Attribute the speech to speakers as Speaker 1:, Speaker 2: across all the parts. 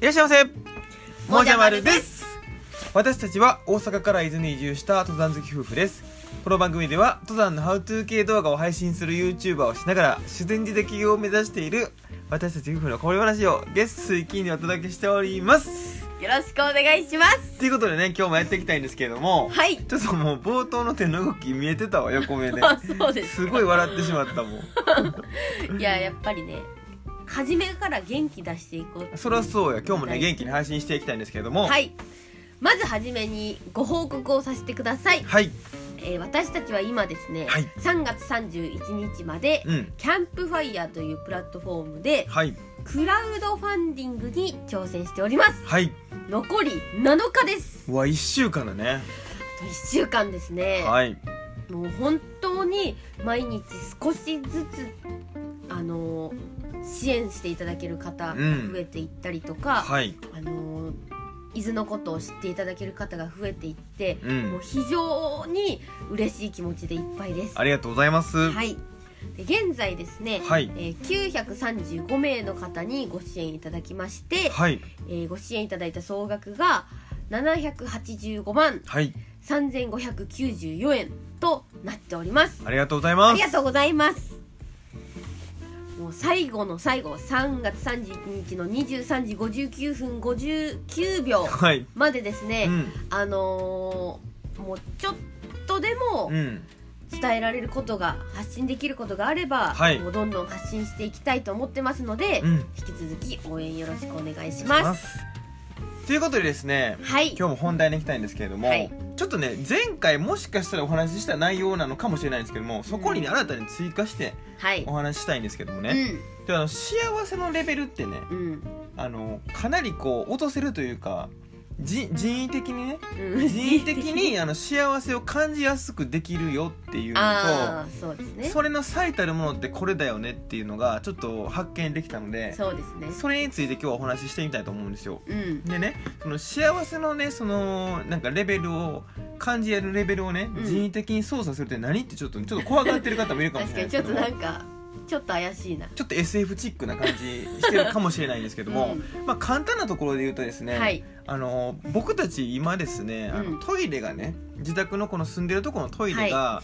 Speaker 1: らっしゃいませもじゃまるです私たちは大阪から伊豆に移住した登山好き夫婦ですこの番組では登山のハウトゥー系動画を配信する YouTuber をしながら自然寺で起業を目指している私たち夫婦のこぼれ話を月水金にお届けしております
Speaker 2: よろしくお願いします
Speaker 1: ということでね今日もやっていきたいんですけれども
Speaker 2: はい
Speaker 1: ちょっともう冒頭の手の動き見えてたわ横 目で
Speaker 2: あそうです
Speaker 1: すごい笑ってしまったもん
Speaker 2: いややっぱりね初めから元気出していこうっていう
Speaker 1: そりゃそうや今日もね
Speaker 2: はい
Speaker 1: 元気に配信していきたいんですけれども
Speaker 2: はいまずはじめにご報告をさせてください、
Speaker 1: はい
Speaker 2: えー私たちは今ですね、
Speaker 1: はい
Speaker 2: 3月31日まで、
Speaker 1: うん
Speaker 2: キャンプファイヤーというプラットフォームで
Speaker 1: はい
Speaker 2: クラウドファンディングに挑戦しております
Speaker 1: はい
Speaker 2: 残り7日です
Speaker 1: うわ1週間だね
Speaker 2: あと1週間ですね、
Speaker 1: はい
Speaker 2: もう本当に毎日少しずつあのー支援していただける方
Speaker 1: うん
Speaker 2: 増えていったりとか、
Speaker 1: はい
Speaker 2: あのー伊豆のことを知っていただける方が増えていって、
Speaker 1: うん
Speaker 2: もう非常に嬉しい気持ちでいっぱいです。
Speaker 1: ありがとうございますは
Speaker 2: はいい。で現在ですね、
Speaker 1: はい
Speaker 2: えー935名の方にご支援いただきまして、
Speaker 1: はい、
Speaker 2: えーご支援いただいた総額が785万3594円となっております。
Speaker 1: ありがとうござい
Speaker 2: あ
Speaker 1: ま
Speaker 2: りが
Speaker 1: す
Speaker 2: とうございます。もう最後の最後、3月31日の23時59分59秒
Speaker 1: はい
Speaker 2: までですね、
Speaker 1: うん
Speaker 2: あのーもうちょっとでも
Speaker 1: うん
Speaker 2: 伝えられることが発信できることがあれば、
Speaker 1: はい
Speaker 2: もうどんどん発信していきたいと思ってますので、
Speaker 1: うん
Speaker 2: 引き続き応援よろしくお願いし
Speaker 1: し
Speaker 2: ます。
Speaker 1: ますということでですね
Speaker 2: はい、
Speaker 1: 今日も本題に行きたいんですけれども、
Speaker 2: はい
Speaker 1: ちょっとね前回もしかしたらお話しした内容なのかもしれないんですけどもそこにね
Speaker 2: う
Speaker 1: 新たに追加して
Speaker 2: はい
Speaker 1: お、話ししたいんですけどもね、であの幸せのレベルってね
Speaker 2: うん、うん、
Speaker 1: あのかなりこう落とせるというかじ人為的にね
Speaker 2: うん、
Speaker 1: 人為的にあの幸せを感じやすくできるよっていうの
Speaker 2: ああ、そうです
Speaker 1: と、
Speaker 2: ね。
Speaker 1: それの最たるものってこれだよねっていうのがちょっと発見できたので
Speaker 2: そうですね。
Speaker 1: それについて今日はお話ししてみたいと思うんですよ。
Speaker 2: うん、
Speaker 1: でねその幸せのねそのなんかレベルを感じやるレベルをね、
Speaker 2: うん
Speaker 1: 人為的に操作するって何ってちょっとちょっと怖がってる方もいるかもし
Speaker 2: 確
Speaker 1: れ
Speaker 2: か
Speaker 1: ないですけど
Speaker 2: にちょっと
Speaker 1: も
Speaker 2: なんかちょっと怪しいな。
Speaker 1: ちょっと SF チックな感じしてるかもしれないんですけど も、まあ簡単なところで言うとですね、
Speaker 2: はい。
Speaker 1: あの僕たち今ですねあの、
Speaker 2: うん
Speaker 1: トイレがね自宅のこの住んでるとこのトイレが、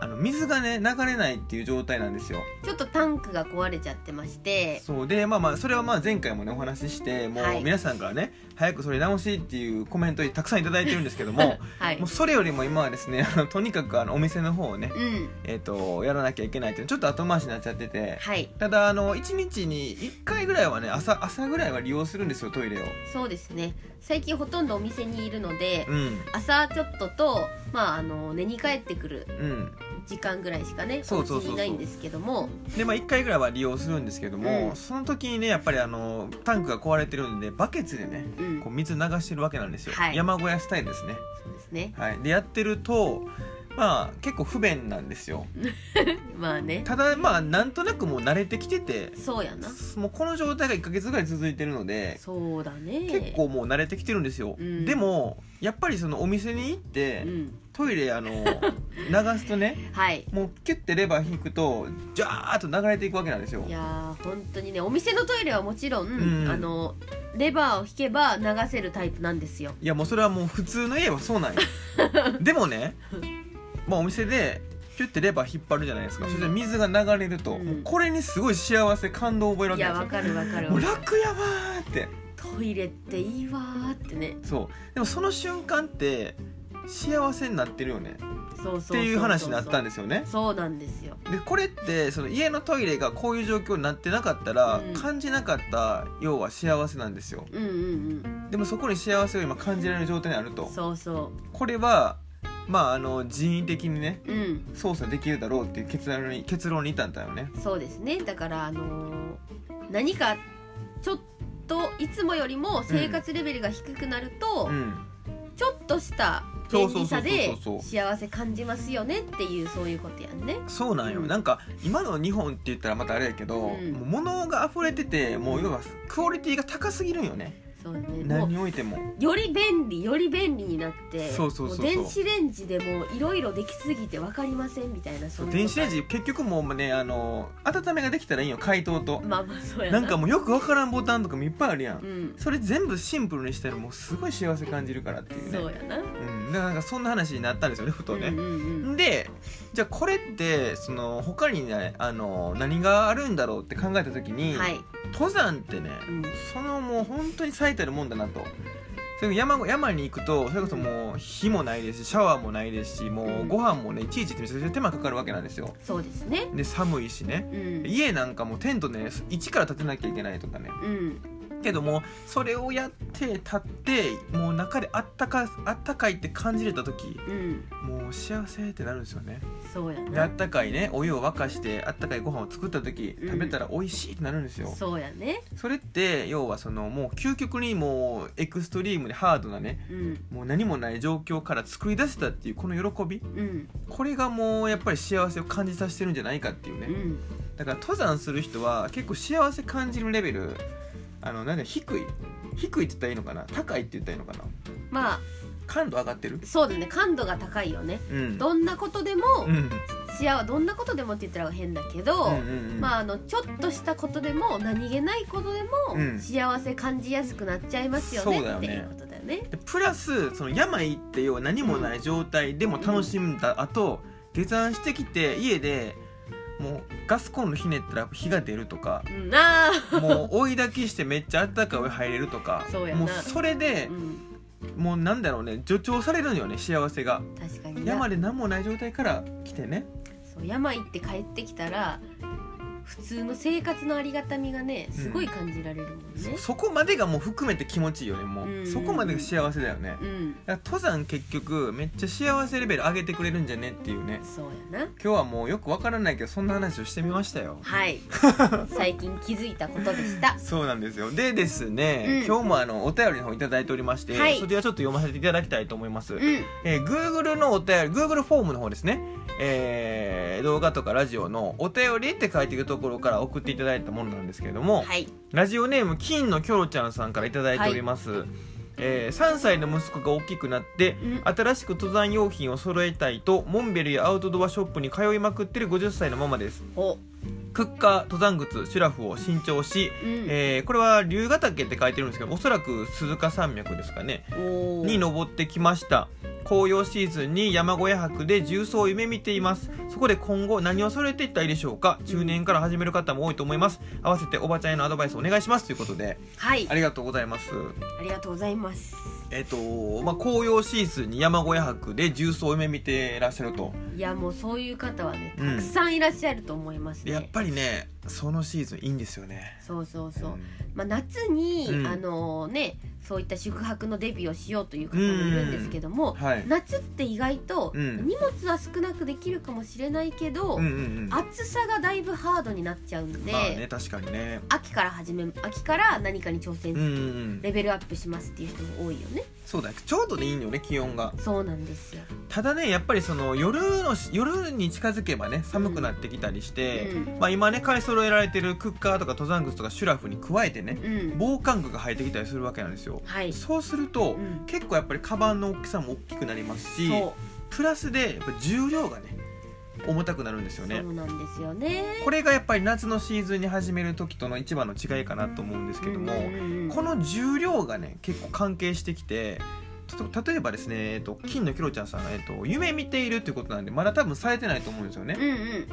Speaker 1: あの水がね流れないっていう状態なんですよ。
Speaker 2: ちょっとタンクが壊れちゃってまして、
Speaker 1: そうでまあまあそれはまあ前回もねお話ししても
Speaker 2: は
Speaker 1: う
Speaker 2: い
Speaker 1: 皆さんからね早くそれ直しっていうコメントたくさんいただいてるんですけど も
Speaker 2: はい
Speaker 1: もう。それよりも今はですねあのとにかくあのお店の方をね、
Speaker 2: うん。
Speaker 1: えー、とやらなきゃいけないっていうのちょっと後回しになっちゃってて
Speaker 2: はい。
Speaker 1: ただあの1日に1回ぐらいはね朝朝ぐらいは利用するんですよトイレを。
Speaker 2: そうですね。最近ほとんどお店にいるので、
Speaker 1: うん
Speaker 2: 朝ちょっととまああの寝に帰ってくる
Speaker 1: うん、
Speaker 2: 時間ぐらいしかね、
Speaker 1: そうそうそうそう
Speaker 2: お家にいないんですけども、
Speaker 1: でまあ1回ぐらいは利用するんですけども、
Speaker 2: うん
Speaker 1: その時にねやっぱりあのタンクが壊れてるんでバケツでね
Speaker 2: うん
Speaker 1: こう。水流してるわけなんですよ、
Speaker 2: はい
Speaker 1: 山小屋スタイルですね、
Speaker 2: そうですね。
Speaker 1: はい、でやってるとまあ結構不便なんですよ
Speaker 2: まあね。
Speaker 1: ただまあなんとなくもう慣れてきてて
Speaker 2: そうやな。
Speaker 1: もうこの状態が1ヶ月ぐらい続いてるので
Speaker 2: そうだね。
Speaker 1: 結構もう慣れてきてるんですよ、
Speaker 2: うん
Speaker 1: でもやっぱりそのお店に行って、
Speaker 2: うん。
Speaker 1: トイレあの 流すとね
Speaker 2: はい。
Speaker 1: もうキュッてレバー引くとジャーッと流れていくわけなんですよ
Speaker 2: いやー本当にねお店のトイレはもちろん、
Speaker 1: うん
Speaker 2: あのレバーを引けば流せるタイプなんですよ
Speaker 1: いやもうそれはもう普通の家はそうなん よでもね、まあ、お店でキュッてレバー引っ張るじゃないですか、
Speaker 2: うん
Speaker 1: それで水が流れると、
Speaker 2: うん
Speaker 1: もうこれにすごい幸せ感動を覚えるわ
Speaker 2: い
Speaker 1: け
Speaker 2: や
Speaker 1: な
Speaker 2: わ
Speaker 1: んですよ
Speaker 2: かるわかる
Speaker 1: もう楽やわーって
Speaker 2: トイレっていいわーってね
Speaker 1: そうでもその瞬間って幸せになってるよね
Speaker 2: そうそうそう
Speaker 1: っていう話になったん
Speaker 2: で
Speaker 1: ですよね
Speaker 2: そうなんですよ
Speaker 1: でこれってその家のトイレがこういう状況になってなかったら、
Speaker 2: うん
Speaker 1: 感じなかった要は幸せなんですよ
Speaker 2: うんうん
Speaker 1: でもそこに幸せを今感じられる状態にある
Speaker 2: うん
Speaker 1: と
Speaker 2: そうそ
Speaker 1: これはまああの人為的にね
Speaker 2: ううん
Speaker 1: 操作できるだろうっていう結論に結論に至ったんだよね
Speaker 2: そうですねだからあのー何かちょっといつもよりも生活レベルが低くなると、
Speaker 1: うん
Speaker 2: ちょっとした便利さ
Speaker 1: そう
Speaker 2: で
Speaker 1: そうそうそうそう
Speaker 2: 幸せ感じますよねっていうそういうことやんね
Speaker 1: そうなんよ、
Speaker 2: うん
Speaker 1: なんか今の日本って言ったらまたあれやけど、
Speaker 2: うん
Speaker 1: もう物が溢れててもう要はクオリティが高すぎるんよね
Speaker 2: そうよねも
Speaker 1: 何
Speaker 2: う
Speaker 1: においても
Speaker 2: より便利より便利になって
Speaker 1: そうそうそうそう
Speaker 2: も電子レンジでもいろいろできすぎて分かりませんみたいなそ
Speaker 1: そうう
Speaker 2: いう
Speaker 1: 電子レンジ結局もうねあの温めができたらいいよ解凍と
Speaker 2: まあまあそうや
Speaker 1: なんかもうよくわからんボタンとかもいっぱいあるやん
Speaker 2: うん
Speaker 1: それ全部シンプルにしたらもうすごい幸せ感じるからっていうね
Speaker 2: そうやな
Speaker 1: うん、だからなんかそんな話になったんですよねふとね、
Speaker 2: うんうん
Speaker 1: でじゃあこれってその他にねあの何があるんだろうって考えた時
Speaker 2: う
Speaker 1: に、
Speaker 2: ん、はい、
Speaker 1: 登山ってね
Speaker 2: うん、
Speaker 1: そのもう本当に最たるもんだなとそれ山山に行くとそれこそもう火もないですしシャワーもないですしもうご飯もねいちいちってめちゃくちゃ手間かかるわけなんですよ
Speaker 2: そうですね
Speaker 1: で寒いしね
Speaker 2: うん
Speaker 1: 家なんかもテントね一から建てなきゃいけないとかね
Speaker 2: うん
Speaker 1: けどもそれをやって立ってもう中であったかあったかいって感じれた時
Speaker 2: うん
Speaker 1: もう幸せってなるんですよね
Speaker 2: そうや
Speaker 1: であ
Speaker 2: な
Speaker 1: ったかいねお湯を沸かしてあったかいご飯を作った時
Speaker 2: うん
Speaker 1: 食べたら美味しいってなるんですよ、
Speaker 2: そうやね
Speaker 1: それって要はそのもう究極にもうエクストリームでハードなね
Speaker 2: うん
Speaker 1: もう何もない状況から作り出せたっていうこの喜び
Speaker 2: うん
Speaker 1: これがもうやっぱり幸せを感じさせてるんじゃないかっていう
Speaker 2: う
Speaker 1: ね、
Speaker 2: ん
Speaker 1: だから登山する人は結構幸せ感じるレベルあのなんだ低い低いって言ったらいいのかな高いって言ったらいいのかな
Speaker 2: まあ
Speaker 1: 感度上がってる
Speaker 2: そうだね感度が高いよね
Speaker 1: うん
Speaker 2: どんなことでも
Speaker 1: うんうん
Speaker 2: 幸せどんなことでもって言ったら変だけど、
Speaker 1: うんうん
Speaker 2: まあ、あのちょっとしたことでも何気ないことで
Speaker 1: うん
Speaker 2: も幸せ感じやすくなっちゃいますよね
Speaker 1: そうだよ
Speaker 2: って
Speaker 1: ね
Speaker 2: いうことだよね。
Speaker 1: でプラスその病って要は何もない状態でも楽しんだ後、下山してきて家でもうガスコンロひねったら火が出るとか
Speaker 2: うん、あ
Speaker 1: もう追い炊きして めっちゃあったかいお湯入れるとか
Speaker 2: そうやな
Speaker 1: もうそれ
Speaker 2: ー、
Speaker 1: で
Speaker 2: うん、
Speaker 1: もうなんだろうね助長されるんよね幸せが
Speaker 2: 確かにな
Speaker 1: 山で何もない状態から来てね
Speaker 2: そう山行って帰ってきたら普通の生活のありがたみがねすごい感じられるもんね。
Speaker 1: そこまでがもう含めて気持ちいいよねもう、
Speaker 2: うん
Speaker 1: そこまでが幸せだよね
Speaker 2: うん、
Speaker 1: だから登山結局めっちゃ幸せレベル上げてくれるんじゃねっていうね
Speaker 2: そうやな
Speaker 1: 今日はもうよくわからないけどそんな話をしてみましたよ
Speaker 2: はい 最近気づいたことでした。
Speaker 1: そうなんですよでですね、
Speaker 2: うん
Speaker 1: 今日もあのお便りの方いただいておりまして、
Speaker 2: はい
Speaker 1: そちらちょっと読ませていただきたいと思います、
Speaker 2: うん
Speaker 1: えー、Google のお便り Google フォームの方ですね、えー動画とかラジオの「お便り」って書いてるところから送っていただいたものなんですけれども、
Speaker 2: はい、
Speaker 1: ラジオネーム金のキョロちゃんさんからいただいております、えー3歳の息子が大きくなって、
Speaker 2: うん
Speaker 1: 新しく登山用品を揃えたいとモンベルやアウトドアショップに通いまくってる50歳のママです
Speaker 2: お、
Speaker 1: クッカー登山靴シュラフを新調し、
Speaker 2: うん
Speaker 1: えーこれは龍ヶ岳って書いてるんですけどおそらく鈴鹿山脈ですかね
Speaker 2: お
Speaker 1: に登ってきました紅葉シーズンに山小屋泊で重曹を夢見ていますそこで今後何を揃えていったらいいでしょうか中年から始める方も多いと思います合わせておばちゃんへのアドバイスお願いしますということで
Speaker 2: はい
Speaker 1: ありがとうございます
Speaker 2: ありがとうございます。
Speaker 1: えっと、まあ、紅葉シーズンに山小屋泊で重曹を夢見てらっしゃると
Speaker 2: いやもうそういう方はね
Speaker 1: う
Speaker 2: た
Speaker 1: ん
Speaker 2: くさんいらっしゃると思います
Speaker 1: で
Speaker 2: ね。
Speaker 1: やっぱりねそのシーズンいいんですよね
Speaker 2: そうそうそう。
Speaker 1: ん
Speaker 2: まあ夏に、
Speaker 1: うん
Speaker 2: あのねそういった宿泊のデビューをしようという方もいるんですけども、
Speaker 1: はい
Speaker 2: 夏って意外と
Speaker 1: うん
Speaker 2: 荷物は少なくできるかもしれないけど、
Speaker 1: うんうんうんま
Speaker 2: 暑さがだいぶハードになっちゃうんで、
Speaker 1: あね確かにね
Speaker 2: 秋から始め秋から何かに挑戦、
Speaker 1: うんうんうん
Speaker 2: レベルアップしますっていう人も多いよね。
Speaker 1: そうだよちょうどでいいんよね気温が
Speaker 2: そうなんですよ。
Speaker 1: ただねやっぱりその夜のし夜に近づけばね寒くなってきたりして、
Speaker 2: うん
Speaker 1: まあ、今ね買い揃えられてるクッカーとか登山靴とかシュラフに加えてね
Speaker 2: うん。
Speaker 1: 防寒具が入ってきたりするわけなんですよ、
Speaker 2: はい。
Speaker 1: そうすると、
Speaker 2: うん
Speaker 1: 結構やっぱりカバンの大きさも大きくなりますし
Speaker 2: そ
Speaker 1: プラスでやっぱ重量がね重たくなるんですよ
Speaker 2: う。
Speaker 1: ね
Speaker 2: そうなんですよね。
Speaker 1: これがやっぱり夏のシーズンに始める時との一番の違いかなと思うんですけども、
Speaker 2: うんうんうん
Speaker 1: この重量がね結構関係してきてちょっと例えばですね、えっと、金のキロちゃんさんが、えっと、夢見ているっていうことなんでまだ多分されてないと思うんですよ
Speaker 2: う
Speaker 1: ね。
Speaker 2: んうん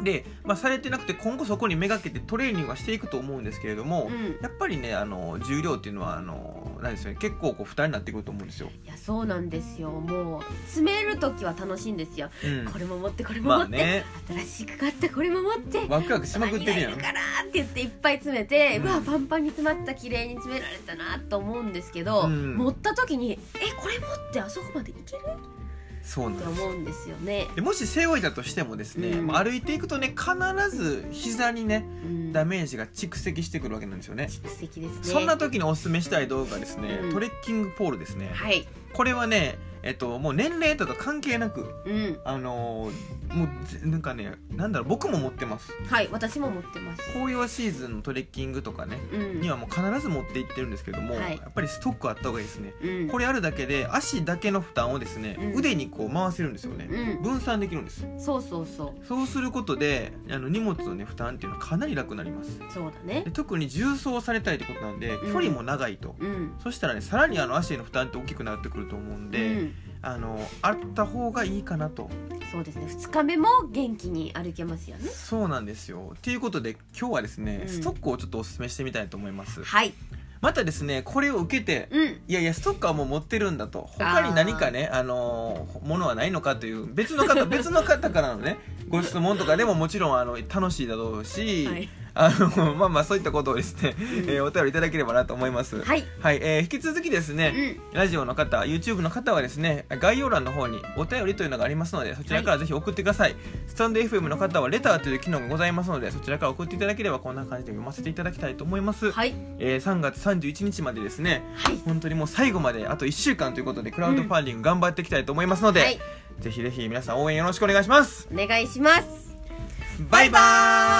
Speaker 1: で、まあ、されてなくて今後そこにめがけてトレーニングはしていくと思うんですけれども、
Speaker 2: うん。
Speaker 1: やっぱりねあの重量っていうのはあのなんですよね結構こう負担になってくると思うんですよ。
Speaker 2: いやそうなんですよもう詰める時は楽しいんですよ、
Speaker 1: うん、
Speaker 2: これも持ってこれも持
Speaker 1: まあ
Speaker 2: って、
Speaker 1: ね
Speaker 2: 新しく買ったこれも持って
Speaker 1: ワクワクしまくっ
Speaker 2: 何
Speaker 1: て
Speaker 2: が
Speaker 1: る
Speaker 2: い
Speaker 1: や
Speaker 2: る
Speaker 1: ん。
Speaker 2: かなって言っていっぱい詰めて、
Speaker 1: う
Speaker 2: うんわパンパンに詰まった綺麗に詰められたなと思うんですけど、
Speaker 1: うん
Speaker 2: 持った時にえこれ持ってあそこまで行ける
Speaker 1: そうなん
Speaker 2: って
Speaker 1: です
Speaker 2: 思うんですよね、
Speaker 1: でもし背負いだとしてもですね、
Speaker 2: うん
Speaker 1: まあ歩いていくとね必ず膝にね
Speaker 2: うん、
Speaker 1: ダメージが蓄積してくるわけなんですよね。
Speaker 2: 蓄積ですね
Speaker 1: そんな時におすすめしたい動画ですね、
Speaker 2: うん
Speaker 1: トレッキングポールですね
Speaker 2: はい
Speaker 1: これはねえっと、もう年齢とか関係なく
Speaker 2: うん
Speaker 1: あのーもうぜなんかねなんだろう僕も持ってます
Speaker 2: はい私も持ってます
Speaker 1: 紅葉シーズンのトレッキングとかね
Speaker 2: うん
Speaker 1: にはもう必ず持って行ってるんですけども、
Speaker 2: はい
Speaker 1: やっぱりストックあった方がいいですね
Speaker 2: うん
Speaker 1: これあるだけで足だけの負担をですね、
Speaker 2: うん
Speaker 1: 腕にこう回せるんですよね、
Speaker 2: うん
Speaker 1: 分散できるんです
Speaker 2: そうそうそう
Speaker 1: そうすることであの荷物のね負担っていうのはかなり楽になります
Speaker 2: そうだね
Speaker 1: で特に重装されたいってことなんで
Speaker 2: うん
Speaker 1: 距離も長いと、
Speaker 2: うん
Speaker 1: そしたらねさらにあの足への負担って大きくなってくると思うんで、
Speaker 2: うん、
Speaker 1: あのあった方がいいかなと
Speaker 2: そうですね2日目も元気に歩けますよね
Speaker 1: そうなんですよということで今日はですね、
Speaker 2: うん
Speaker 1: ストックをちょっとおすすめしてみたいと思います
Speaker 2: はい
Speaker 1: またですねこれを受けて、
Speaker 2: うん
Speaker 1: いやいやストックはもう持ってるんだと他に何かねあのーものはないのかという別の 方別の方からのねご質問とかでももちろんあの楽しいだろうし、
Speaker 2: はい、
Speaker 1: あのまあまあそういったことをですね、
Speaker 2: うん
Speaker 1: えーお便りいただければなと思います
Speaker 2: はい
Speaker 1: はい、えー引き続きです
Speaker 2: う
Speaker 1: ね、
Speaker 2: ん
Speaker 1: ラジオの方 YouTube の方はですね概要欄の方にお便りというのがありますのでそちらからぜひ送ってください、スタンド FM の方はレターという機能がございますのでそちらから送っていただければこんな感じで読ませていただきたいと思います、
Speaker 2: はい
Speaker 1: えー3月31日までですね
Speaker 2: はい
Speaker 1: 本当にもう最後まであと1週間ということでクラウドファンディング頑張っていきたいと思いますので、
Speaker 2: はい
Speaker 1: ぜひぜひ皆さん応援よろしくお願いします
Speaker 2: お願いします
Speaker 1: バイバーイ